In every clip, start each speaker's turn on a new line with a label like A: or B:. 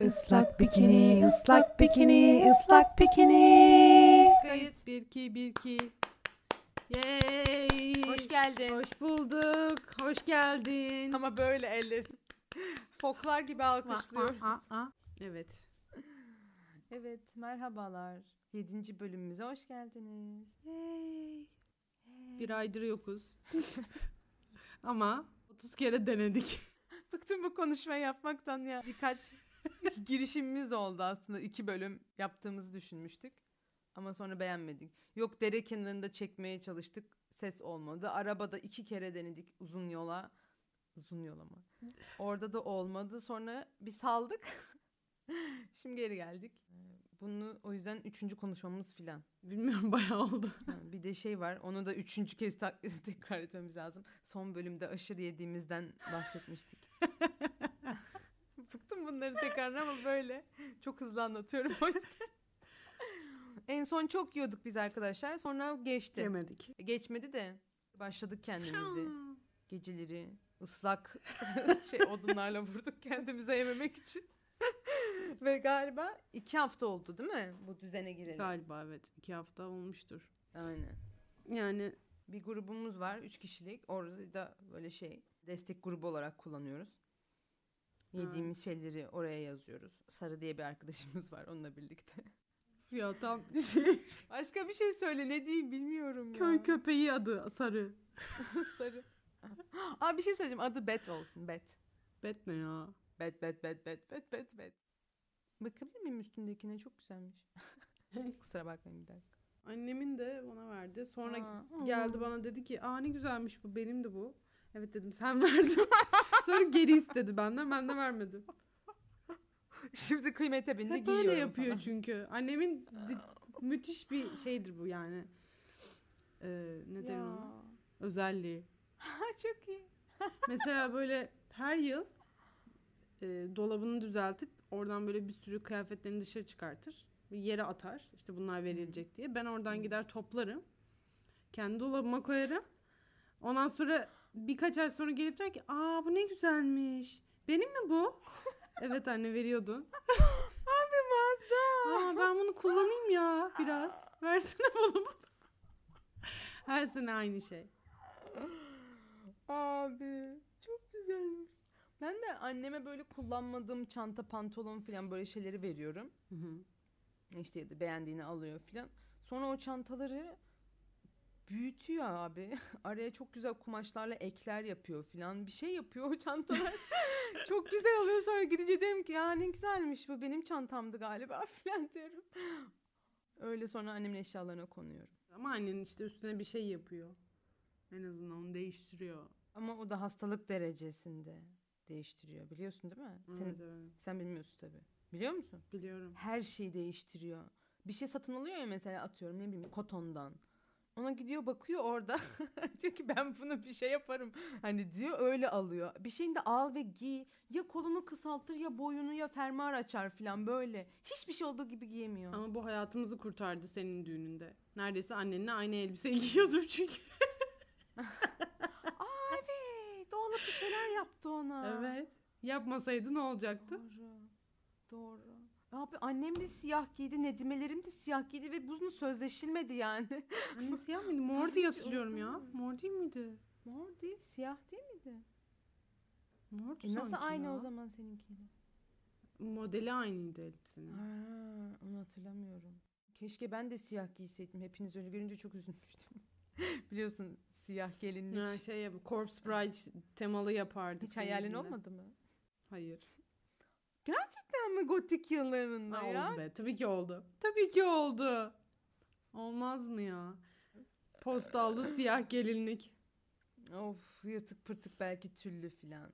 A: Islak bikini, ıslak bikini, ıslak bikini.
B: Kayıt 1 2 1 2. Yay!
C: Hoş geldin.
B: Hoş bulduk. Hoş geldin.
C: Ama böyle eller. Foklar gibi alkışlıyoruz.
B: Evet.
C: Evet, merhabalar. 7. bölümümüze hoş geldiniz.
B: Bir aydır yokuz. Ama 30 kere denedik.
C: Bıktım bu konuşma yapmaktan ya. Birkaç girişimimiz oldu aslında. İki bölüm yaptığımızı düşünmüştük. Ama sonra beğenmedik. Yok dere kenarında çekmeye çalıştık. Ses olmadı. Arabada iki kere denedik uzun yola. Uzun yola mı? Orada da olmadı. Sonra bir saldık. Şimdi geri geldik. Ee, Bunu o yüzden üçüncü konuşmamız filan.
B: Bilmiyorum bayağı oldu.
C: Ha, Bir de şey var. Onu da üçüncü kez tak- tekrar etmemiz lazım. Son bölümde aşırı yediğimizden bahsetmiştik. Bıktım bunları tekrar ama böyle. Çok hızlı anlatıyorum o yüzden. en son çok yiyorduk biz arkadaşlar. Sonra geçti.
B: Demedik.
C: Geçmedi de başladık kendimizi.
B: Hmm.
C: Geceleri ıslak şey odunlarla vurduk kendimize yememek için. Ve galiba iki hafta oldu değil mi? Bu düzene girelim.
B: Galiba evet. 2 hafta olmuştur.
C: Aynen.
B: Yani
C: Bir grubumuz var. Üç kişilik. Orada da böyle şey destek grubu olarak kullanıyoruz. Yediğimiz şeyleri oraya yazıyoruz. Sarı diye bir arkadaşımız var onunla birlikte.
B: ya tam şey
C: Başka bir şey söyle ne diyeyim bilmiyorum ya.
B: köy köpeği adı sarı.
C: Sarı. Aa bir şey söyleyeceğim. Adı Bet olsun. Bet.
B: Bet ne ya?
C: Bet bet bet bet bet bet bet. Bakabilir miyim üstündekine? Çok güzelmiş. Kusura bakmayın bir dakika.
B: Annemin de bana verdi. Sonra
C: Aa,
B: Geldi bana dedi ki aa ne güzelmiş bu benim de bu. Evet dedim sen verdin. Sonra geri istedi benden ben de vermedim.
C: Şimdi kıymete bindi
B: Hep
C: giyiyorum
B: böyle yapıyor
C: falan.
B: çünkü. Annemin di- müthiş bir şeydir bu yani. Ee, ne derim ona?
C: Ya.
B: Özelliği.
C: Ha, çok iyi.
B: Mesela böyle her yıl e, dolabını düzeltip oradan böyle bir sürü kıyafetlerini dışarı çıkartır. Bir yere atar. İşte bunlar verilecek diye. Ben
C: Hı.
B: oradan gider toplarım. Kendi dolabıma koyarım. Ondan sonra birkaç ay sonra gelip der ki aa bu ne güzelmiş. Benim mi bu? evet anne veriyordun.
C: Abi muazzam.
B: Aa ben bunu kullanayım ya biraz. Versene bana bunu. Her sene aynı şey.
C: Abi çok güzelmiş. Ben de anneme böyle kullanmadığım çanta, pantolon falan böyle şeyleri veriyorum. İşte ya da beğendiğini alıyor falan. Sonra o çantaları büyütüyor abi. Araya çok güzel kumaşlarla ekler yapıyor falan. Bir şey yapıyor o çantalar. çok güzel oluyor sonra gidince diyorum ki ya ne güzelmiş bu benim çantamdı galiba falan diyorum. Öyle sonra annemin eşyalarına konuyorum.
B: Ama annenin işte üstüne bir şey yapıyor. En azından onu değiştiriyor.
C: Ama o da hastalık derecesinde değiştiriyor biliyorsun değil mi? Senin-
B: Evet, evet.
C: Sen bilmiyorsun tabii. Biliyor musun?
B: Biliyorum.
C: Her şeyi değiştiriyor. Bir şey satın alıyor ya mesela atıyorum ne bileyim kotondan. Ona gidiyor bakıyor orada. diyor ki ben bunu bir şey yaparım. Hani diyor öyle alıyor. Bir şeyini de al ve giy. Ya kolunu kısaltır ya boyunu ya fermuar açar falan böyle. Hiçbir şey olduğu gibi giyemiyor.
B: Ama bu hayatımızı kurtardı senin düğününde. Neredeyse annenle aynı elbise giyiyordum çünkü.
C: Aa evet. Oğlum bir şeyler yaptı ona.
B: evet. Yapmasaydı ne olacaktı?
C: Doğru. Doğru. Abi annem de siyah giydi, Nedimelerim de siyah giydi ve bunun sözleşilmedi yani.
B: Anne siyah mıydı? Mor diye
C: hiç
B: hatırlıyorum ya.
C: unutamadım.
B: Mor değil miydi?
C: Mor değil, siyah değil miydi?
B: Mordu
C: E nasıl
B: sanki
C: aynı
B: ya.
C: o zaman seninkiyle?
B: Modeli aynıydı elbisenin.
C: Ha, onu hatırlamıyorum. Keşke ben de siyah giyseydim. Hepiniz öyle görünce çok üzülmüştüm. Biliyorsun siyah gelinlik.
B: Ya şey yap, Corpse Bride temalı yapardık.
C: Hiç hayalin
B: seninle.
C: olmadı mı?
B: Hayır.
C: Ama gotik yıllarında
B: Ha,
C: ya.
B: oldu be. Tabii ki oldu. Tabii ki oldu. Olmaz mı ya? Postallı siyah gelinlik.
C: Of yırtık pırtık belki tüllü filan.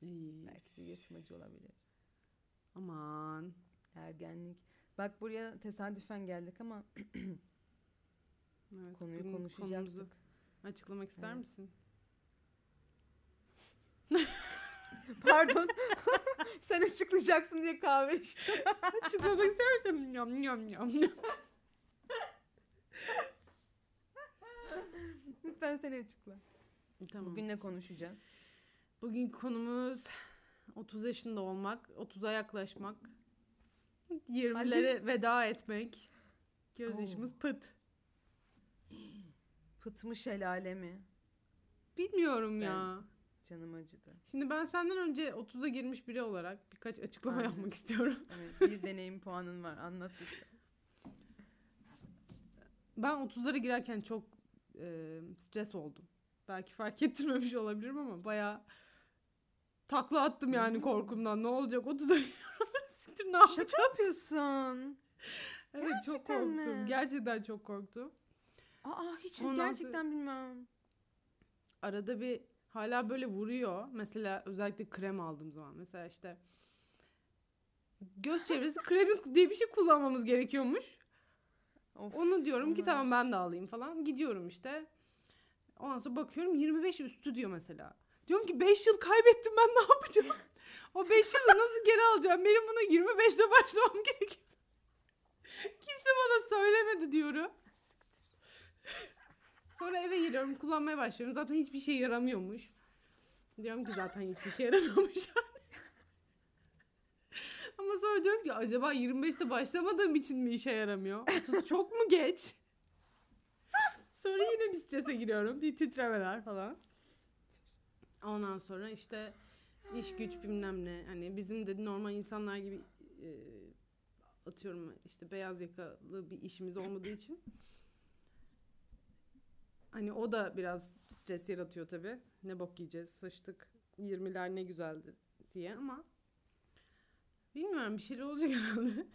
B: İyi.
C: Belki de yırtmacı olabilir.
B: Aman.
C: Ergenlik. Bak buraya tesadüfen geldik ama
B: Evet,
C: konuyu
B: bugün
C: konuşacaktık.
B: konumuzu Açıklamak ister
C: Evet.
B: misin?
C: Pardon. Sen açıklayacaksın diye kahve içtim.
B: Açıklamak ister misin? Yam yam yam.
C: Lütfen sen açıkla.
B: tamam. Bugün,
C: Bugün ne konuşacağız?
B: konumuz 30 yaşında olmak, 30'a yaklaşmak, 20'lere veda etmek. Göz
C: Oo.
B: yaşımız pıt.
C: Pıtmış el alemi.
B: Bilmiyorum ya.
C: Canım acıdı.
B: Şimdi ben senden önce 30'a girmiş biri olarak birkaç açıklama
C: Aynen.
B: yapmak istiyorum.
C: Evet, bir deneyim puanın var anlat. lütfen.
B: Ben 30'lara girerken çok e, stres oldum. Belki fark ettirmemiş olabilirim ama bayağı takla attım yani korkumdan. Ne olacak 30'a giriyorum. Siktir ne yapacağım?
C: Şaka yapıyorsun.
B: Evet çok
C: Gerçekten mi?
B: korktum. Gerçekten çok korktum.
C: Aa hiç
B: Ondan sonra-
C: gerçekten bilmem.
B: Arada bir hala böyle vuruyor. Mesela özellikle krem aldığım zaman. Mesela işte göz çevresi kremi diye bir şey kullanmamız gerekiyormuş.
C: Of.
B: Onu diyorum ki
C: onlar-
B: tamam ben de alayım falan. Gidiyorum işte. Ondan sonra bakıyorum 25 üstü diyor mesela. Diyorum ki 5 yıl kaybettim ben ne yapacağım? o 5 yılı nasıl geri alacağım? Benim buna 25'te başlamam gerekiyor. Kimse bana söylemedi diyorum. Sonra eve geliyorum kullanmaya başlıyorum. Zaten hiçbir şey yaramıyormuş. Diyorum ki zaten hiçbir şey yaramıyormuş. Ama sonra diyorum ki acaba 25'te başlamadığım için mi işe yaramıyor? 30 çok mu geç? sonra yine bir strese giriyorum. Bir titremeler falan. Ondan sonra işte iş güç bilmem ne. Hani bizim de normal insanlar gibi e, atıyorum işte beyaz yakalı bir işimiz olmadığı için. Hani o da biraz stres yaratıyor tabii. Ne bok yiyeceğiz, sıçtık. 20'ler ne güzeldi diye ama bilmiyorum bir şeyler olacak herhalde.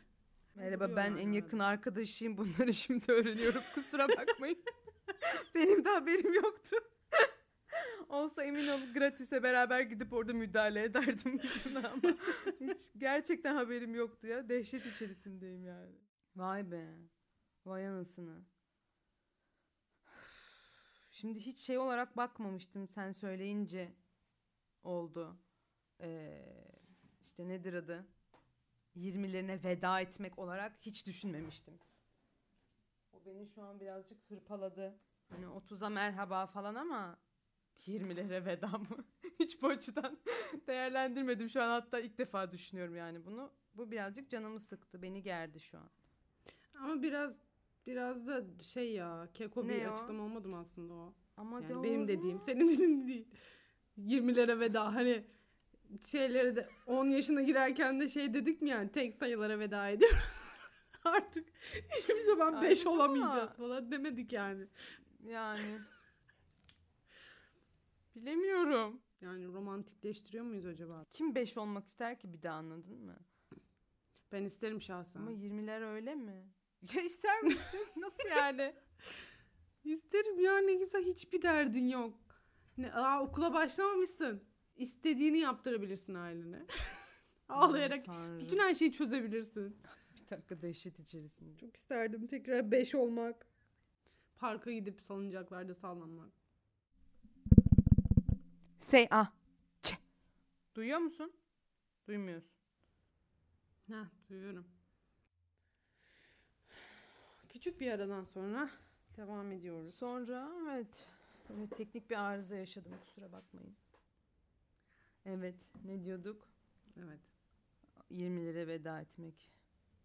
C: Merhaba ben
B: Vuruyorlar
C: en yakın
B: herhalde.
C: arkadaşıyım. Bunları şimdi öğreniyorum. Kusura bakmayın. Benim de haberim yoktu. Olsa emin ol gratis'e beraber gidip orada müdahale ederdim buna ama hiç gerçekten haberim yoktu ya. Dehşet içerisindeyim yani. Vay be. Vay anasını. Şimdi hiç şey olarak bakmamıştım sen söyleyince oldu. Ee, işte nedir adı? 20'lerine veda etmek olarak hiç düşünmemiştim. O beni şu an birazcık hırpaladı. Hani 30'a merhaba falan ama 20'lere veda mı? hiç bu açıdan değerlendirmedim şu an hatta ilk defa düşünüyorum yani bunu. Bu birazcık canımı sıktı, beni gerdi şu an.
B: Ama biraz biraz da şey ya keko
C: Ne
B: bir
C: o?
B: açıklama olmadım aslında o.
C: Ama
B: Yani
C: doğru.
B: benim dediğim senin dediğin değil. 20'lere veda hani şeylere de 10 yaşına girerken de şey dedik mi yani tek sayılara veda ediyoruz. Artık hiçbir zaman 5
C: Aynen ama-
B: olamayacağız falan demedik yani.
C: yani bilemiyorum.
B: Yani romantikleştiriyor muyuz acaba?
C: Kim 5 olmak ister ki bir daha anladın mı?
B: Ben isterim şahsen.
C: Ama 20'ler öyle mi? Ya ister misin? Nasıl yani?
B: İsterim ya ne güzel hiçbir derdin yok. Ne, aa, okula başlamamışsın. İstediğini yaptırabilirsin ailene. Ağlayarak
C: Aman Tanrım.
B: bütün her şeyi çözebilirsin.
C: Bir dakika dehşet içerisinde.
B: Çok isterdim tekrar 5 olmak. Parka gidip salıncaklarda sallanmak.
C: Say ah. Çe. Duyuyor musun? Duymuyorsun.
B: Heh duyuyorum. Küçük bir aradan sonra devam ediyoruz.
C: Sonra evet. Evet teknik bir arıza yaşadım kusura bakmayın. Evet ne diyorduk?
B: Evet.
C: 20'lere veda etmek.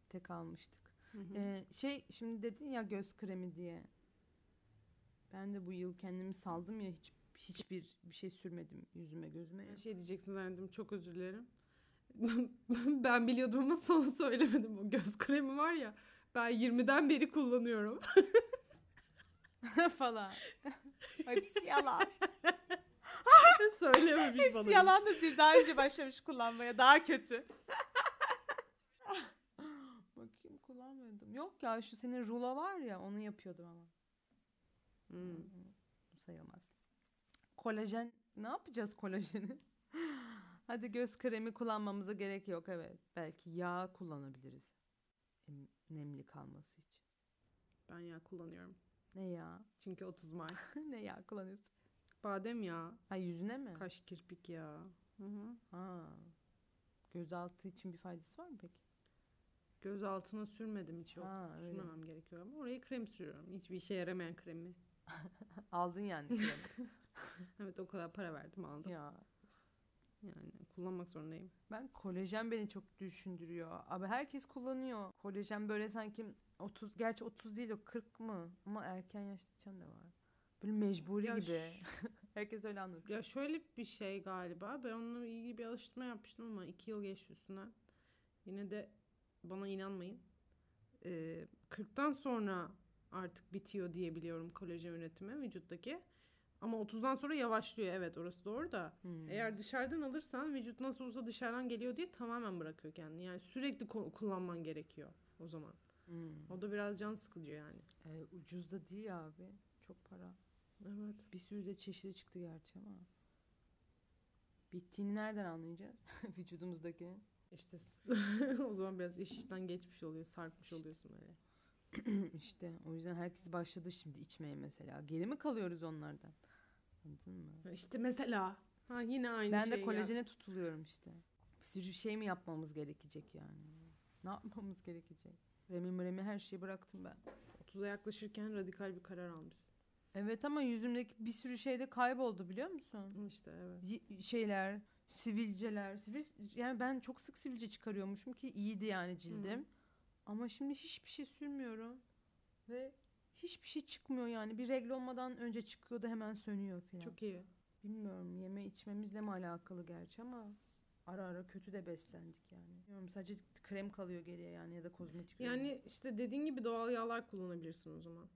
C: Tek almıştık.
B: Hı hı.
C: Ee, şey şimdi dedin ya göz kremi diye. Ben de bu yıl kendimi saldım ya hiç hiçbir bir şey sürmedim yüzüme gözüme.
B: Bir şey diyeceksin zannettim. Çok özür dilerim. ben biliyordum ama sana söylemedim. O göz kremi var ya. Ben 20'den beri kullanıyorum.
C: falan. Hepsi yalan.
B: Söylememiş bana.
C: Hepsi yalan da değil. Daha önce başlamış kullanmaya. Daha kötü. Bakayım kullanmadım. Yok ya şu senin rulo var ya onu yapıyordum ama.
B: Hmm.
C: Bu sayılmaz. Kolajen ne yapacağız kolajeni? Hadi göz kremi kullanmamıza gerek yok evet. Belki yağ kullanabiliriz. Em- Nemli kalması için.
B: Ben yağ kullanıyorum.
C: Ne yağ?
B: Çünkü 30 Mart.
C: ne yağ kullanıyorsun?
B: Badem yağı.
C: Ha yüzüne mi?
B: Kaş kirpik yağı. Hı hı.
C: ha. Gözaltı için bir faydası var mı peki?
B: Göz altına sürmedim hiç yok.
C: Ha, öyle.
B: Sürmemem gerekiyor ama oraya krem sürüyorum. Hiçbir işe yaramayan kremi.
C: Aldın yani. kremi.
B: Evet o kadar para verdim aldım.
C: ya.
B: Yani kullanmak zorundayım.
C: Ben kolajen beni çok düşündürüyor. Abi herkes kullanıyor. Kolajen böyle sanki 30 gerçi 30 değil o 40 mı? Ama erken yaşta içen de var. Böyle mecburi
B: Ya
C: gibi. herkes öyle anlatıyor.
B: Ya şöyle bir şey galiba. Ben onunla ilgili bir alıştırma yapmıştım ama iki yıl geçti üstünden. Yine de bana inanmayın. Ee, 40'tan sonra artık bitiyor diye biliyorum kolajen üretimi vücuttaki. Ama 30'dan sonra yavaşlıyor. Evet orası doğru da.
C: Hmm.
B: Eğer dışarıdan alırsan vücut nasıl olsa dışarıdan geliyor diye tamamen bırakıyor kendini. Yani sürekli ko- kullanman gerekiyor o zaman.
C: Hmm.
B: O da biraz can sıkıcı yani.
C: Ee, ucuz da değil abi. Çok para.
B: Evet.
C: Bir sürü de çeşidi çıktı gerçi ama. Bittiğini nereden anlayacağız? Vücudumuzdaki.
B: İşte o zaman biraz iş işten geçmiş oluyor, sarkmış oluyorsun böyle.
C: işte o yüzden herkes başladı şimdi içmeye mesela. Geri mi kalıyoruz onlardan? Anladın mı?
B: İşte mesela. Ha yine aynı
C: ben
B: şey.
C: de kolajene tutuluyorum işte. Bir sürü şey mi yapmamız gerekecek yani? Ne yapmamız gerekecek? Remi mremi her şeyi bıraktım ben.
B: 30'a yaklaşırken radikal bir karar almışsın.
C: Evet ama yüzümdeki bir sürü şey de kayboldu biliyor musun?
B: İşte evet.
C: Y- şeyler, sivilceler. sivil- yani ben çok sık sivilce çıkarıyormuşum ki iyiydi yani cildim. Ama şimdi hiçbir şey sürmüyorum. Ve hiçbir şey çıkmıyor yani. Bir regl olmadan önce çıkıyordu hemen sönüyor falan.
B: Çok iyi.
C: Bilmiyorum yeme içmemizle mi alakalı gerçi ama ara ara kötü de beslendik yani. Bilmiyorum sadece krem kalıyor geriye yani ya da kozmetik ürün.
B: Yani işte dediğin gibi doğal yağlar kullanabilirsin o zaman.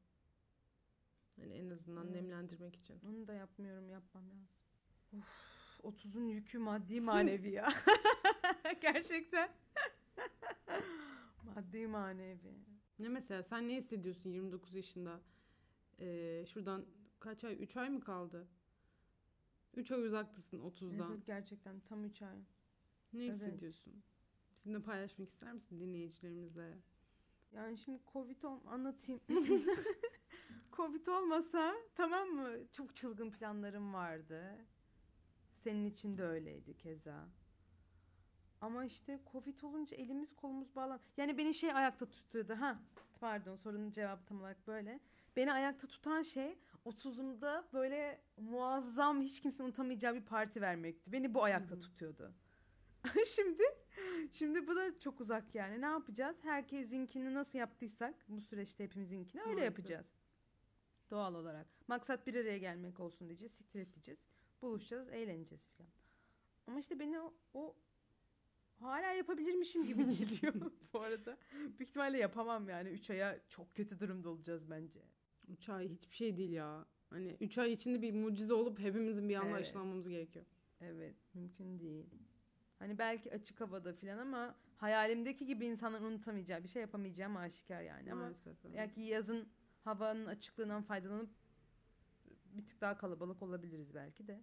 B: Hani en azından
C: Evet.
B: nemlendirmek için.
C: Onu da yapmıyorum yapmam lazım. Of 30'un yükü maddi manevi ya. Gerçekten. maddi manevi.
B: Ne mesela sen ne hissediyorsun 29 yaşında? Ee, şuradan kaç ay? 3 ay mı kaldı? 3 ay uzaktasın 30'dan.
C: Evet gerçekten tam 3 ay.
B: Ne
C: evet.
B: hissediyorsun? Bizimle paylaşmak ister misin dinleyicilerimizle?
C: Yani şimdi Covid ol- anlatayım. Covid olmasa tamam mı? Çok çılgın planlarım vardı. Senin için de öyleydi keza. Ama işte Covid olunca elimiz kolumuz bağlan. Yani beni şey ayakta tutuyordu. Ha pardon sorunun cevabı tam olarak böyle. Beni ayakta tutan şey 30'umda böyle muazzam hiç kimsenin unutamayacağı bir parti vermekti. Beni bu ayakta
B: hı.
C: tutuyordu. şimdi şimdi bu da çok uzak yani. Ne yapacağız? Herkesinkini nasıl yaptıysak bu süreçte hepimizinkini öyle
B: Maalesef.
C: yapacağız. Doğal olarak. Maksat bir araya gelmek olsun diyeceğiz. Siktir et diyeceğiz. Buluşacağız, eğleneceğiz filan. Ama işte beni o, o hala yapabilirmişim gibi geliyor bu arada. Büyük ihtimalle yapamam yani. 3 aya çok kötü durumda olacağız bence.
B: 3 ay hiçbir şey değil ya. Hani 3 ay içinde bir mucize olup hepimizin bir anda
C: Evet.
B: aşılanmamız gerekiyor.
C: Evet, mümkün değil. Hani belki açık havada filan ama hayalimdeki gibi insanların unutamayacağı bir şey yapamayacağım aşikar yani. Ama
B: Maalesef. evet.
C: belki yazın havanın açıklığından faydalanıp bir tık daha kalabalık olabiliriz belki de.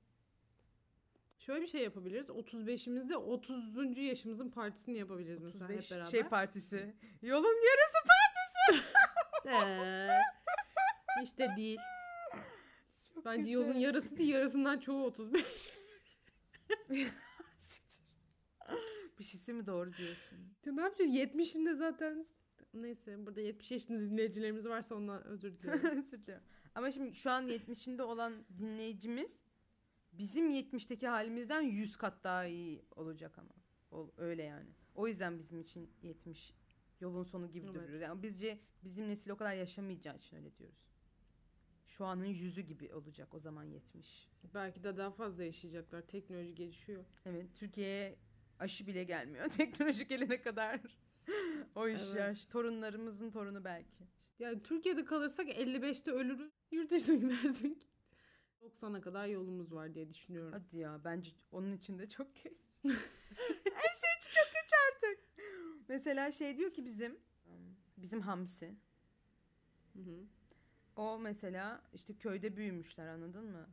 B: Şöyle bir şey yapabiliriz. 35'imizde 30. yaşımızın partisini yapabiliriz mesela hep
C: 35
B: beraber.
C: şey partisi. Yolun yarısı
B: işte değil.
C: Çok
B: Bence
C: güzel.
B: yolun yarısı değil yarısından çoğu 35.
C: Siktir. Bir şeysi mi doğru diyorsun?
B: Ya ne yapacağım 70'imde zaten. Neyse burada 70 yaşında dinleyicilerimiz varsa ondan özür dilerim.
C: Özür dilerim. Ama şimdi şu an 70'inde olan dinleyicimiz bizim 70'teki halimizden 100 kat daha iyi olacak ama. Ol- öyle yani. O yüzden bizim için 70 yolun sonu gibi
B: Evet.
C: duruyor. Yani bizce bizim nesil o kadar yaşamayacağı için öyle diyoruz. Şu anın yüzü gibi olacak o zaman 70.
B: Belki de daha fazla yaşayacaklar. Teknoloji gelişiyor.
C: Evet Türkiye'ye aşı bile gelmiyor. Teknoloji gelene kadar. o iş
B: Evet.
C: yaş. Torunlarımızın torunu belki.
B: İşte yani Türkiye'de kalırsak 55'te ölürüz. Yurt dışına gidersek 90'a kadar yolumuz var diye düşünüyorum.
C: Hadi ya bence onun için de çok geç. şey Her şey için çok geç artık. Mesela şey diyor ki bizim bizim Hamsi.
B: Hı hı.
C: O mesela işte köyde büyümüşler anladın mı?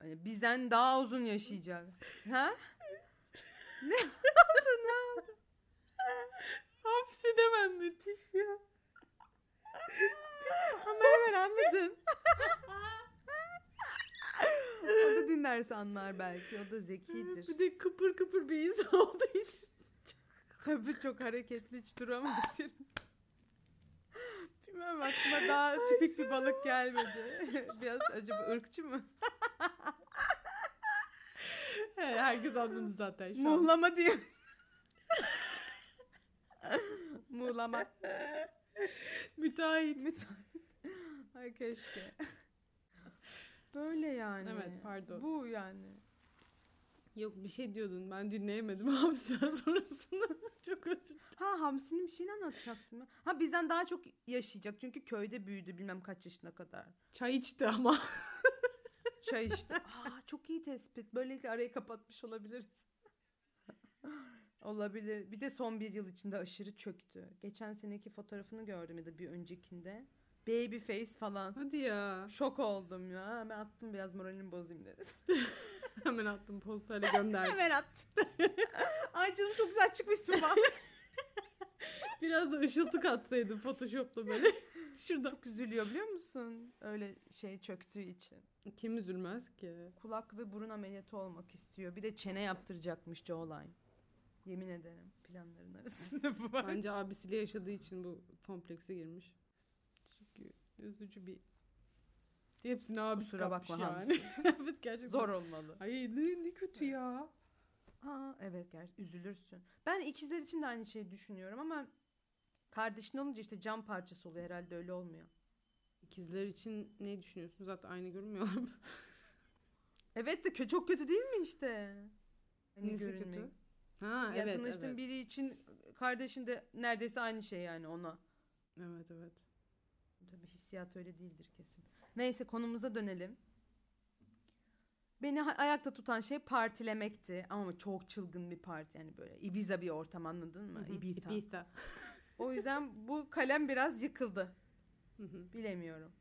C: Hani bizden daha uzun yaşayacak. ha?
B: Hapsi demem müthiş ya.
C: Ama hemen anladın. o da dinlerse anlar belki. O da zekidir.
B: Bir de kıpır kıpır bir insan olduğu için.
C: Tabii çok hareketli hiç duramaz yerim. Bilmem aklıma daha tipik bir balık gelmedi. Biraz acaba ırkçı mı?
B: Evet, herkes anladı zaten şu an.
C: Muğlama diyor. Muğlama.
B: Müteahhit.
C: Müteahhit. Ay keşke. Böyle yani.
B: Evet, pardon.
C: Bu yani.
B: Yok bir şey diyordun ben dinleyemedim hamsiden sonrasını. Çok özür dilerim.
C: Ha hamsinin bir şeyini anlatacaktım. ya. Ha bizden daha çok yaşayacak çünkü köyde büyüdü bilmem kaç yaşına kadar.
B: Çay içti ama.
C: Çay Şey işte. Aa çok iyi tespit. Böylelikle arayı kapatmış olabiliriz. Olabilir. Bir de son bir yıl içinde aşırı çöktü. Geçen seneki fotoğrafını gördüm ya da bir öncekinde. Baby face falan.
B: Hadi ya.
C: Şok oldum ya. Hemen attım biraz moralimi bozayım dedim.
B: Hemen attım postayla gönderdim.
C: Hemen attım. Ay canım çok güzel çıkmışsın bak.
B: Biraz da ışıltı katsaydım Photoshop'la böyle. Şurada.
C: çok üzülüyor biliyor musun? Öyle şey çöktüğü için.
B: Kim üzülmez ki?
C: Kulak ve burun ameliyatı olmak istiyor. Bir de çene yaptıracakmış Jawline. Yemin ederim planların arasında bu var.
B: Bence abisiyle yaşadığı için bu komplekse girmiş. Çünkü üzücü bir... Hepsini abisi
C: Kusura
B: kapmış
C: bakma
B: yani.
C: hamsi.
B: evet gerçekten.
C: Zor olmalı.
B: Ay ne, ne kötü ya.
C: Aa, evet gerçi üzülürsün. Ben ikizler için de aynı şeyi düşünüyorum ama kardeşin olunca işte cam parçası oluyor herhalde öyle olmuyor.
B: İkizler için ne düşünüyorsun? Zaten aynı görünmüyorlar mı?
C: Evet de kö- çok kötü değil mi işte? Hani
B: Nesi
C: görünmek.
B: kötü? Ha
C: Yani
B: evet
C: tanıştığın
B: evet.
C: biri için kardeşin de neredeyse aynı şey yani ona.
B: Evet evet.
C: Tabii hissiyat öyle değildir kesin. Neyse konumuza dönelim. Beni ha- ayakta tutan şey partilemekti ama çok çılgın bir parti yani böyle Ibiza bir ortam anladın mı?
B: Hı hı.
C: Ibiza.
B: Ibiza.
C: O yüzden bu kalem biraz yıkıldı.
B: Hı hı.
C: Bilemiyorum.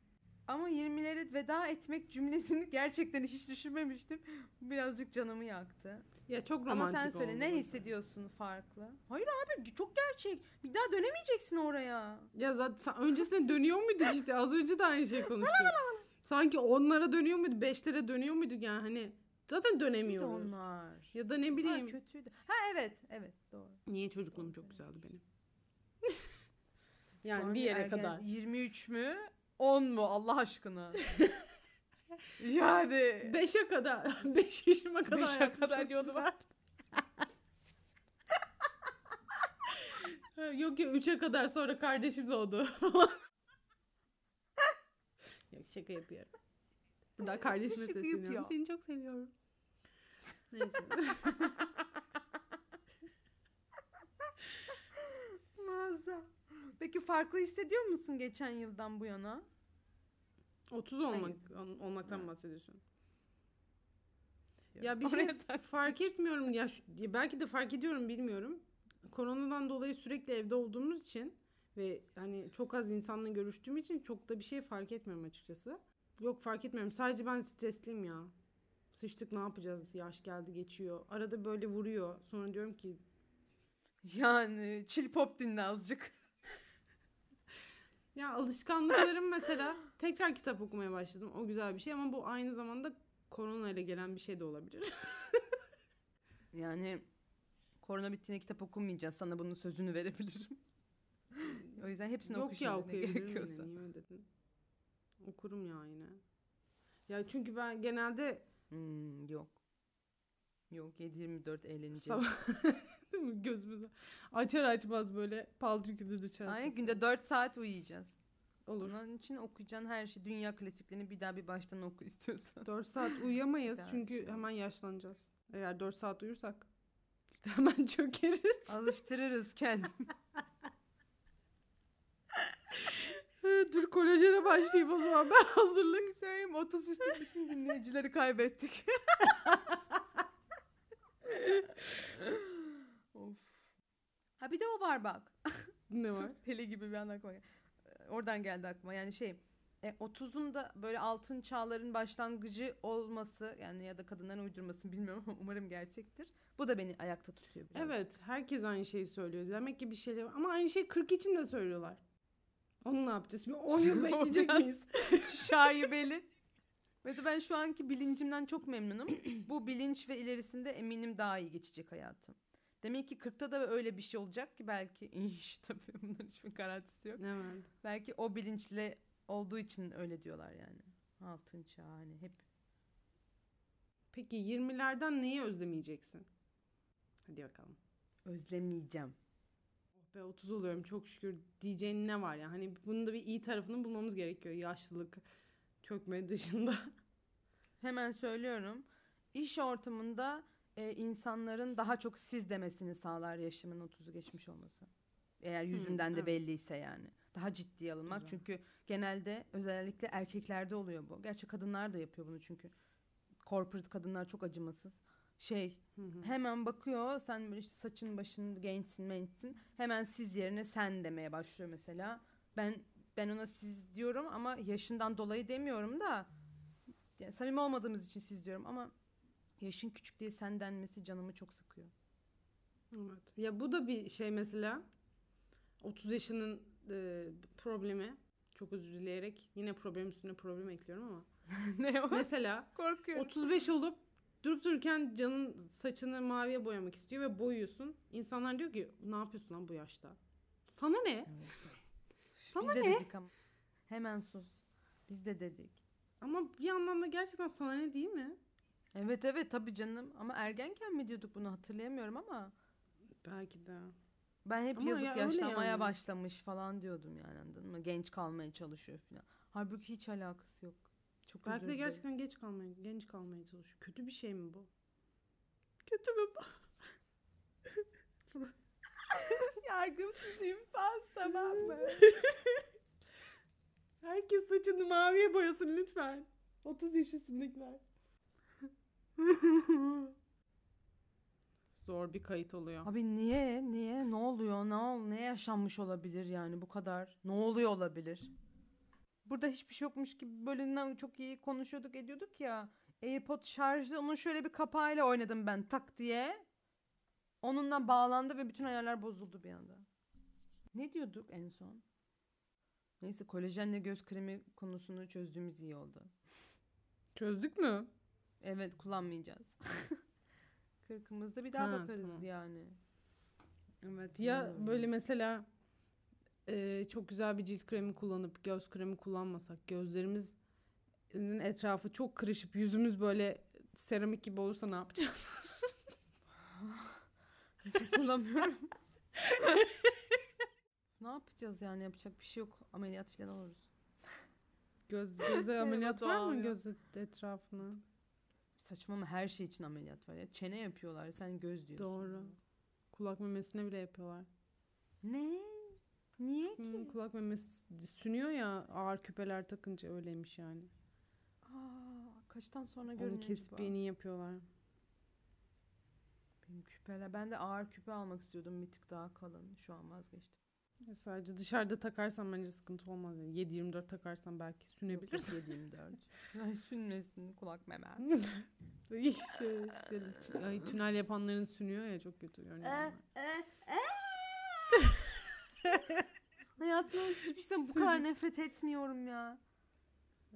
C: Ama 20'lere veda etmek cümlesini gerçekten hiç düşünmemiştim. Birazcık canımı yaktı.
B: ya çok
C: Ama
B: romantik
C: sen söyle
B: oldu.
C: ne hissediyorsun farklı? Hayır abi çok gerçek. Bir daha dönemeyeceksin oraya.
B: Ya zaten sen- öncesine dönüyor muydu işte? Az önce de aynı şey konuştuk. Sanki onlara dönüyor muydu? Beşlere dönüyor muydu? Yani hani zaten
C: Bir de
B: dönemiyoruz.
C: onlar.
B: Ya da ne
C: Ha,
B: bileyim.
C: kötüydü. Ha evet evet doğru.
B: Niye çocukluğum çok güzeldi benim. yani
C: Sonra
B: bir yere
C: ergen-
B: kadar.
C: 23 mü? 10 mu Allah aşkına? yani.
B: Beşe kadar. Beş yaşıma kadar.
C: Beşe
B: hayatım
C: kadar
B: çok
C: diyordu
B: güzel. Ha, Yok ya üçe kadar sonra kardeşim doğdu falan. Yok şaka yapıyorum. Buradan kardeşime
C: Şaka
B: sesleniyorum.
C: yapıyor.
B: Seni çok seviyorum. Neyse.
C: Muazzam. Peki farklı hissediyor musun geçen yıldan bu yana?
B: 30 olmak ol- olmaktan bahsediyorsun. Ya bir şey fark etmiyorum ya, şu- ya belki de fark ediyorum bilmiyorum. Koronadan dolayı sürekli evde olduğumuz için ve hani çok az insanla görüştüğüm için çok da bir şey fark etmiyorum açıkçası. Yok fark etmiyorum. Sadece ben stresliyim ya. Sıçtık ne yapacağız? Yaş geldi geçiyor. Arada böyle vuruyor. Sonra diyorum ki
C: Yani chill pop dinle azıcık.
B: ya alışkanlıklarım mesela tekrar kitap okumaya başladım. O güzel bir şey ama bu aynı zamanda korona ile gelen bir şey de olabilir.
C: Yani korona bittiğinde kitap okumayacağız. Sana bunun sözünü verebilirim. o yüzden hepsini
B: Yok
C: okuşun
B: ya
C: ne
B: okuyabilirim
C: gerekiyorsa.
B: yine niye öyle dedin? Okurum ya yine. Ya çünkü ben genelde
C: Hmm, yok. Yok 7-24 eğleneceğiz.
B: sabah Değil mi? gözümüzü açar açmaz böyle paldır küldür düşer.
C: Ay günde 4 saat uyuyacağız.
B: Olur.
C: Onun için okuyacağın her şey dünya klasiklerini bir daha bir baştan oku istiyorsan.
B: 4 saat uyuyamayız
C: Ya,
B: çünkü
C: şey.
B: hemen yaşlanacağız. Eğer 4 saat uyursak hemen çökeriz.
C: Alıştırırız kendimizi.
B: Dur kolajene başlayayım o zaman ben hazırlık.
C: Hazırlık söyleyeyim 30 üstü bütün dinleyicileri kaybettik. of. Ha bir de o var bak.
B: Ne var?
C: Türk teli gibi bir an aklıma geldi. Ee, Oradan geldi aklıma. Yani şey e, 30'un da böyle altın çağların başlangıcı olması yani ya da kadınların uydurması bilmiyorum ama umarım gerçektir. Bu da beni ayakta tutuyor biraz.
B: Evet herkes aynı şeyi söylüyor. Demek ki bir şeyler var. Ama aynı şey 40 için de söylüyorlar. Onu ne yapacağız? Bir 10 yıl bekleyecek
C: Biraz-
B: miyiz?
C: Şaibeli. Mesela ben şu anki bilincimden çok memnunum. Bu bilinç ve ilerisinde eminim daha iyi geçecek hayatım. Demek ki 40'ta da öyle bir şey olacak ki belki İnş, tabii bunların hiçbir garantisi yok.
B: Evet.
C: Belki o bilinçle olduğu için öyle diyorlar yani. Altın çağı hani hep
B: Peki 20'lerden neyi özlemeyeceksin? Hadi bakalım.
C: Özlemeyeceğim.
B: Oh be 30 oluyorum çok şükür diyeceğin ne var ya? Hani bunun da bir iyi tarafını bulmamız gerekiyor. Yaşlılık çökme dışında.
C: Hemen söylüyorum. İş ortamında e, insanların daha çok siz demesini sağlar yaşımın 30'u geçmiş olması. Eğer yüzünden de
B: evet.
C: belliyse yani. Daha ciddiye alınmak.
B: Güzel.
C: Çünkü genelde özellikle erkeklerde oluyor bu. Gerçi kadınlar da yapıyor bunu çünkü. Corporate kadınlar çok acımasız. Şey
B: Hı hı.
C: hemen bakıyor sen böyle işte saçın başın gençsin mençsin. Hemen siz yerine sen demeye başlıyor mesela. Ben ben ona siz diyorum ama yaşından dolayı demiyorum da yani samimi olmadığımız için siz diyorum ama yaşın küçük diye sen denmesi canımı çok sıkıyor.
B: Evet. Ya bu da bir şey mesela. 30 yaşının e, problemi. Çok özür dileyerek yine problem üstüne problem ekliyorum ama.
C: ne o?
B: Mesela
C: Korkuyorum.
B: 35 olup durup dururken canın saçını maviye boyamak istiyor ve boyuyorsun. İnsanlar diyor ki ne yapıyorsun lan bu yaşta? Sana ne? Sana
C: Biz de
B: ne?
C: dedik ama. Hemen sus. Biz de dedik.
B: Ama bir yandan da gerçekten sana ne değil mi?
C: Evet evet tabii canım ama ergenken mi diyorduk bunu hatırlayamıyorum ama
B: Belki de.
C: ben hep
B: Ama
C: yazık
B: ya öyle
C: yaşlanmaya
B: yani.
C: başlamış falan diyordum yani anladın mı? Genç kalmaya çalışıyor falan. Halbuki hiç alakası yok. Çok
B: Belki
C: özür
B: de
C: dilerim.
B: gerçekten geç kalmaya, genç kalmaya çalışıyor. Kötü bir şey mi bu? Kötü mü bu?
C: Yargımsızım fazla ben mı?
B: Herkes saçını maviye boyasın lütfen. 30 yaş üstündekiler. Zor bir kayıt oluyor.
C: Abi niye niye ne oluyor ne ol ne yaşanmış olabilir yani bu kadar ne oluyor olabilir? Burada hiçbir şey yokmuş gibi böyle ne- çok iyi konuşuyorduk ediyorduk ya. AirPod şarjlı onun şöyle bir kapağıyla oynadım ben tak diye. Onunla bağlandı ve bütün ayarlar bozuldu bir anda. Ne diyorduk en son? Neyse kolajenle göz kremi konusunu çözdüğümüz iyi oldu.
B: Çözdük mü?
C: Evet kullanmayacağız. Kırkımızda bir daha
B: Ha,
C: bakarız
B: tamam.
C: yani.
B: Evet ya
C: Hmm.
B: böyle mesela e, çok güzel bir cilt kremi kullanıp göz kremi kullanmasak gözlerimizin etrafı çok kırışıp yüzümüz böyle seramik gibi olursa ne yapacağız?
C: Nefes alamıyorum. ne yapacağız yani yapacak bir şey yok. Ameliyat falan oluruz.
B: Göz, göze
C: Merhaba,
B: ameliyat var mı
C: doğalıyor.
B: göz etrafına?
C: Saçma mı her şey için ameliyat var ya. Çene yapıyorlar sen göz diyorsun.
B: Doğru. Kulak memesine bile yapıyorlar.
C: Ne? Niye ki?
B: Hmm, kulak memesi sünüyor ya ağır küpeler takınca öyleymiş yani.
C: Aa, kaçtan sonra
B: Onu
C: görünüyor
B: kesip
C: acaba?
B: yeni yapıyorlar.
C: Benim küpeler. Ben de ağır küpe almak istiyordum. Bir tık daha kalın. Şu an vazgeçtim.
B: Ya E, sadece dışarıda takarsan bence sıkıntı olmaz. Yani 7-24 takarsan belki
C: Yok,
B: sünebilir.
C: 7-24. Ay sünmesin kulak memem.
B: Ay, şey, şey, t- ay, tünel yapanların sünüyor ya çok kötü
C: Eh.
B: görünüyor.
C: Ee,
B: onlar.
C: e, Hayatımda hiçbir şeyden bu kadar nefret etmiyorum ya.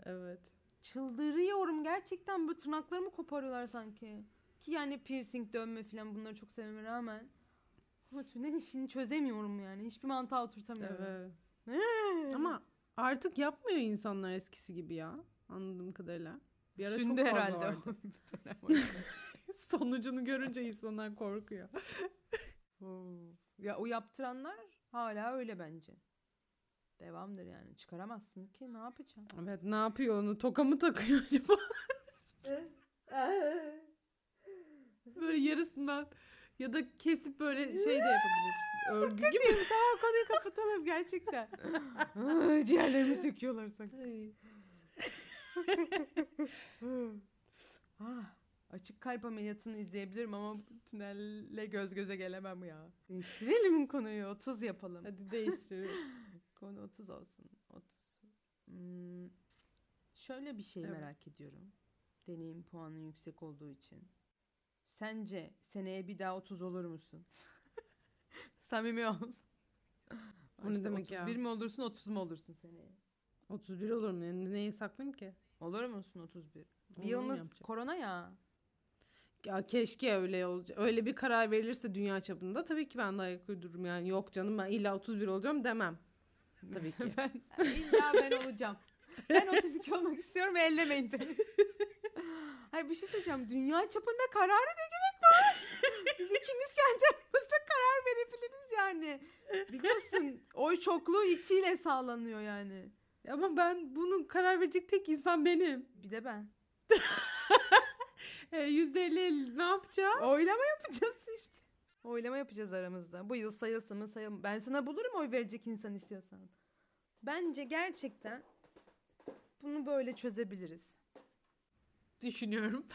B: Evet.
C: Çıldırıyorum gerçekten böyle tırnaklarımı koparıyorlar sanki. Ki yani piercing dönme falan bunları çok sevmeme rağmen. Ama tünel işini çözemiyorum yani. Hiçbir mantığa oturtamıyorum. Hmm.
B: Evet.
C: Ne?
B: Ama artık yapmıyor insanlar eskisi gibi ya. Anladığım kadarıyla. Bir ara
C: Sündü
B: çok fazla
C: herhalde.
B: vardı.
C: o bir dönem o yüzden.
B: Sonucunu görünce insanlar korkuyor.
C: Oo. ya o yaptıranlar hala öyle bence. Devamdır yani. Çıkaramazsın ki ne yapacağım?
B: Evet ne yapıyor onu? Toka mı takıyor acaba? böyle yarısından ya da kesip böyle şey de yapabilir. Örgü gibi.
C: tamam konuyu kapatalım gerçekten. Ay, Ciğerlerimi söküyorlar sanki. Ah, açık kalp ameliyatını izleyebilirim ama tünelle göz göze gelemem ya. Değiştirelim konuyu 30 yapalım.
B: Hadi değiştir.
C: Konu 30 olsun. 30. Hmm, şöyle bir şey
B: Evet.
C: merak ediyorum. Deneyim puanın yüksek olduğu için. Sence seneye bir daha 30 olur musun? Samimi ol.
B: O ne demek ya?
C: 31 mi olursun 30 mu olursun seneye?
B: 31 olur mu? Yani neyi saklayayım ki?
C: Olur musun 31? Bir
B: Onu mu
C: yılımız
B: yapacak?
C: korona ya.
B: Ya keşke öyle olacak. Öyle bir karar verilirse dünya çapında tabii ki ben de ayak uydururum yani. Yok canım ben illa 31 olacağım demem. Tabii ki.
C: ben, illa ben olacağım. Ben 32 olmak istiyorum ellemeyin beni. Hayır bir şey söyleyeceğim. Dünya çapında karara ne gerek var? Biz ikimiz kendi aramızda karar verebiliriz yani. Biliyorsun oy çokluğu ikiyle sağlanıyor yani.
B: Ama ben bunun karar verecek tek insan benim.
C: Bir de ben.
B: E, %50 ne yapacağım?
C: Oylama yapacağız işte. Oylama yapacağız aramızda. Bu yıl sayılsın mı sayılmaz. Ben sana bulurum oy verecek insan istiyorsan. Bence gerçekten bunu böyle çözebiliriz.
B: Düşünüyorum.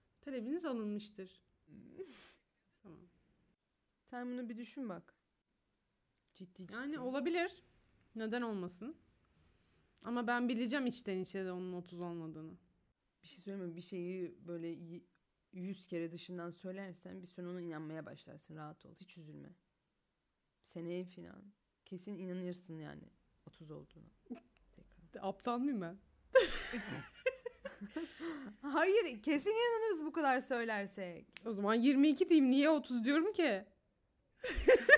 B: Talebiniz alınmıştır. Tamam.
C: Sen bunu bir düşün bak. Ciddi ciddi.
B: Yani olabilir. Neden olmasın? Ama ben bileceğim içten içe de onun 30 olmadığını.
C: bir şey söyleyeyim mi? Bir şeyi böyle y- yüz kere dışından söylersen bir süre ona inanmaya başlarsın. Rahat ol. Hiç üzülme. Seneye falan. Kesin inanırsın yani 30 olduğuna. Tekrar.
B: Aptal mıyım ben?
C: Hayır kesin inanırız bu kadar söylersek.
B: O zaman 22 diyeyim. Niye 30 diyorum ki? Sen bilirsin.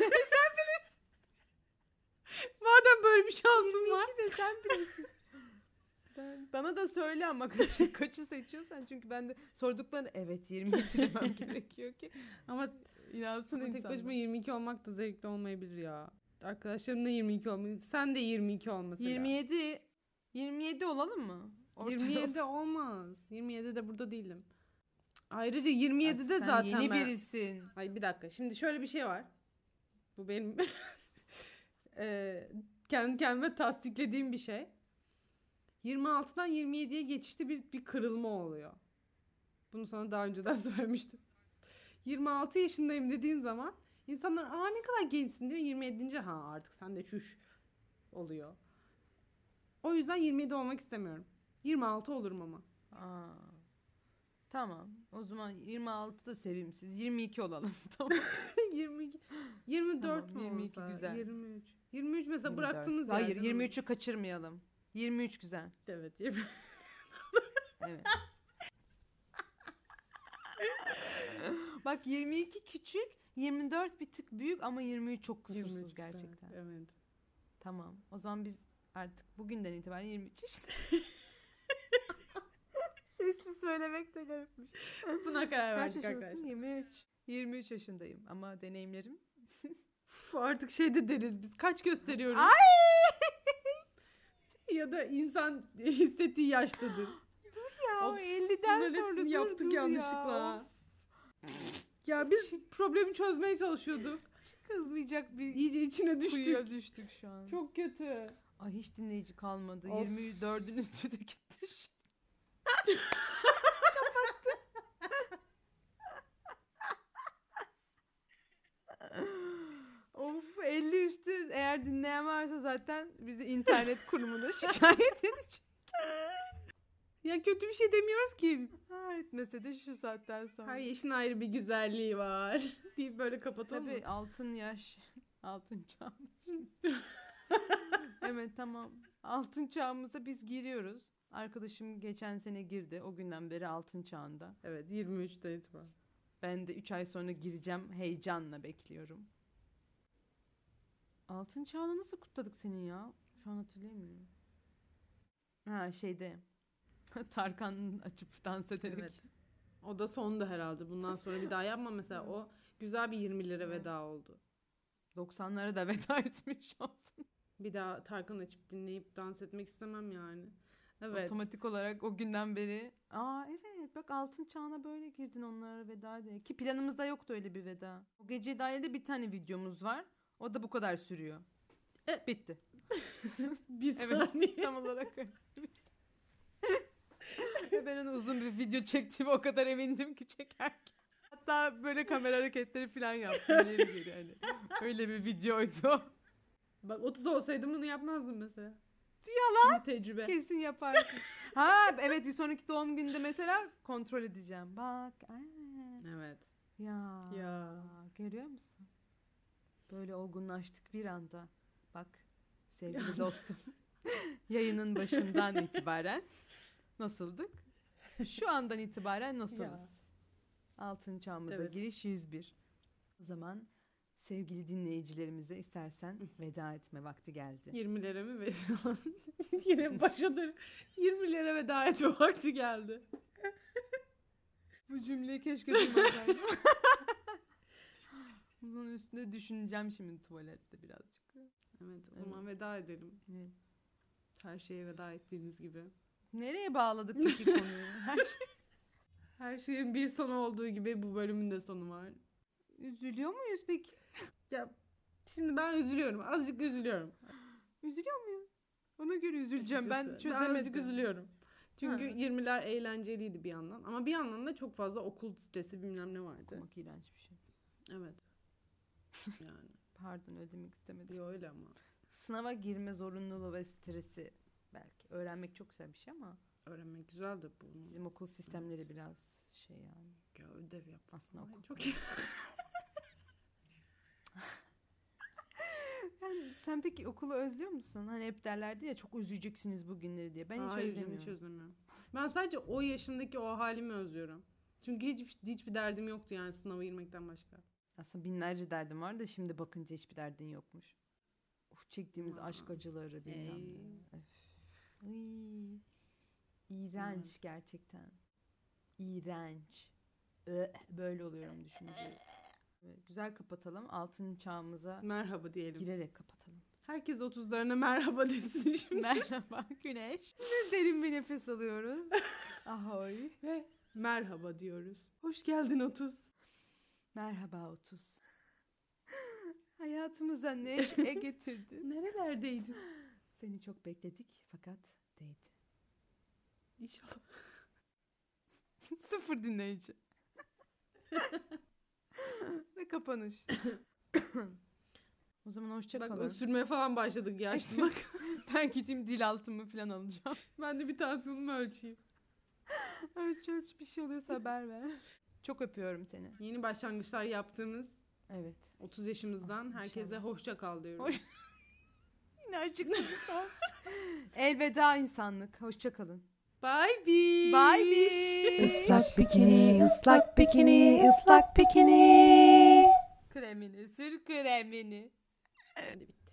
B: Madem böyle bir şansım var.
C: Bir de sen bilirsin. Ben, bana da söyle ama kaçı, kaçı seçiyorsan çünkü ben de sorduklarına evet 22 demem gerekiyor ki
B: Ama
C: inansın
B: tek
C: insanlar.
B: başıma 22 olmak da zevkli olmayabilir ya. Arkadaşlarımla 22 olmayı. Sen de 22 ol mesela.
C: 27 27 olalım mı? Orta
B: 27 olmaz. 27 de burada değilim. Ayrıca 27 de
C: Sen
B: zaten
C: yeni
B: ben-
C: birisin.
B: Ay bir dakika. Şimdi şöyle bir şey var. Bu benim eee kendi kendime tasdiklediğim bir şey. 26'dan 27'ye geçişte bir, bir kırılma oluyor. Bunu sana daha önceden söylemiştim. 26 yaşındayım dediğim zaman insanlar aa ne kadar gençsin diyor. 27 deyince ha artık sen de çüş oluyor. O yüzden 27 olmak istemiyorum. 26 olurum ama.
C: Aa. Tamam. O zaman 26 da sevimsiz. 22 olalım. Tamam.
B: 22 24
C: Tamam,
B: mu
C: 22
B: olsa?
C: güzel.
B: 23. 23 mesela
C: 24.
B: bıraktığımız
C: Hayır,
B: yerden oldu.
C: 23'ü kaçırmayalım. 23 güzel.
B: Evet. 23.
C: Evet. Bak 22 küçük, 24 bir tık büyük ama 23 çok
B: 23
C: kusursuz
B: güzel.
C: gerçekten.
B: Evet.
C: Tamam. O zaman biz artık bugünden itibaren 23 işte. Sesli söylemek de garipmiş.
B: Buna
C: Kaç
B: karar verdik
C: yaşındasın?
B: arkadaşlar.
C: 23. 23 yaşındayım ama deneyimlerim
B: Uf, artık şey de deriz biz. Kaç gösteriyoruz? ya da insan hissettiği yaştadır.
C: Ya
B: Of,
C: 50'den
B: Bunların
C: sonra
B: hepsini
C: dur,
B: yaptık
C: dur
B: yanlışlıkla.
C: Ya.
B: Ya. biz problemi çözmeye çalışıyorduk.
C: Kızmayacak bir
B: İyice içine düştük.
C: kuyuya düştük şu an.
B: Çok kötü.
C: Ay hiç dinleyici kalmadı.
B: Of.
C: 24'ün üstü de gitti. şimdi. of 50 üstü eğer dinleyen varsa zaten bizi internet kurumuna şikayet edecek.
B: Ya kötü bir şey demiyoruz ki.
C: Ha, etmese de şu saatten sonra.
B: Her yaşın ayrı bir güzelliği var. deyip böyle kapatalım mı?
C: Tabii altın yaş. Altın çağımız. evet tamam. Altın çağımıza biz giriyoruz. Arkadaşım geçen sene girdi. O günden beri altın çağında.
B: Evet 23'te itibaren.
C: Ben de 3 ay sonra gireceğim. Heyecanla bekliyorum. Altın çağını nasıl kutladık senin ya? Şu an hatırlayamıyorum. Ha şeyde. Tarkan açıp dans ederek.
B: Evet. O da sondu herhalde. Bundan sonra bir daha yapma mesela. O güzel bir 20'lere
C: Evet.
B: veda oldu.
C: 90'lara da veda etmiş oldun.
B: Bir daha Tarkan açıp dinleyip dans etmek istemem yani. Evet.
C: Otomatik olarak o günden beri. Aa evet bak altın çağına böyle girdin onlara veda diye. Ki planımızda yoktu öyle bir veda. O geceye dair de bir tane videomuz var. O da bu kadar sürüyor.
B: E-
C: Bitti.
B: Bir
C: Evet
B: saniye.
C: tam olarak öyle. Ve ben onu uzun bir video çektiğime o kadar emindim ki çekerken. Hatta böyle kamera hareketleri falan yaptım. ileri geri hani. Öyle bir videoydu. o.
B: Bak 30 olsaydım bunu yapmazdım mesela. Bir tecrübe.
C: Kesin yaparsın. ha evet bir sonraki doğum gününde mesela kontrol edeceğim. Bak. aa,
B: Evet.
C: ya.
B: Ya.
C: Görüyor musun? Böyle olgunlaştık bir anda. Bak sevgili dostum. yayının başından itibaren nasıldık? Şu andan itibaren nasılız? Altın çağımıza
B: Evet.
C: giriş 101. O zaman sevgili dinleyicilerimize istersen veda etme vakti geldi.
B: 20 lira mı veriyorsun? Yine başa dön. 20 lira veda etme vakti geldi.
C: Bu cümleyi keşke duymasaydım. Bunun üstüne düşüneceğim şimdi tuvalette birazcık.
B: Evet o zaman veda edelim.
C: Evet.
B: Her şeye veda ettiğimiz gibi.
C: Nereye bağladık peki konuyu? Her şey...
B: Her şeyin bir sonu olduğu gibi bu bölümün de sonu var.
C: Üzülüyor muyuz peki?
B: Ya şimdi ben üzülüyorum. Azıcık üzülüyorum.
C: Üzülüyor muyuz? Ona göre üzüleceğim. Ben
B: Açıkçası. Ben azıcık
C: çözemedim.
B: üzülüyorum. Çünkü
C: Ha.
B: 20'ler eğlenceliydi bir yandan. Ama bir yandan da çok fazla okul stresi bilmem ne vardı.
C: Okumak iğrenç bir şey.
B: Evet. Yani.
C: Pardon ödemek istemedim.
B: Bir öyle ama.
C: Sınava girme zorunluluğu ve stresi belki. Öğrenmek çok güzel bir şey ama
B: Öğrenmek güzeldi bu.
C: bizim okul sistemleri biraz şey yani.
B: Ya ödev yapmak.
C: Aslında
B: Ay,
C: okul.
B: Çok iyi.
C: Yani sen peki okulu özlüyor musun? Hani hep derlerdi ya çok üzüyeceksiniz bugünleri diye. Ben hiç
B: Hayır canım,
C: özlemiyorum.
B: hiç özlemiyorum. Ben sadece o yaşımdaki o halimi özlüyorum. Çünkü hiçbir, hiçbir derdim yoktu yani sınava girmekten başka.
C: Aslında binlerce derdim var da şimdi bakınca hiçbir derdin yokmuş. Of çektiğimiz
B: Aa.
C: aşk acıları bilmem
B: Ey.
C: ne. Öf. Iy. İğrenç gerçekten. İğrenç. Ö, Böyle oluyorum düşünce. Güzel kapatalım. Altın çağımıza
B: Merhaba diyelim.
C: girerek kapatalım.
B: Herkes 30'larına merhaba desin şimdi.
C: Merhaba Güneş. Ne derin bir nefes alıyoruz. Ahoy.
B: Ve merhaba diyoruz. Hoş geldin 30.
C: Merhaba 30. Hayatımıza neşe getirdin.
B: Nerelerdeydin?
C: Seni çok bekledik fakat değdi.
B: İnşallah.
C: Sıfır dinleyici. Ve kapanış. o zaman hoşça
B: Bak
C: kalın.
B: öksürmeye falan başladık yaşlılık.
C: Ben gideyim dil altımı falan alacağım.
B: ben de bir tansiyonumu ölçeyim.
C: ölç ölç bir şey olursa haber ver. Çok öpüyorum seni.
B: Yeni başlangıçlar yaptığımız
C: Evet.
B: 30 yaşımızdan
C: Ah,
B: herkese
C: inşallah.
B: hoşça kal diyorum.
C: Hoş- Yine acıklı bir son. Elveda insanlık. Hoşça kalın.
B: Bye bye.
C: Bye biş.
A: Islak bikini, ıslak bikini, ıslak bikini.
C: Kremini sür kremini.
B: Hadi bitti.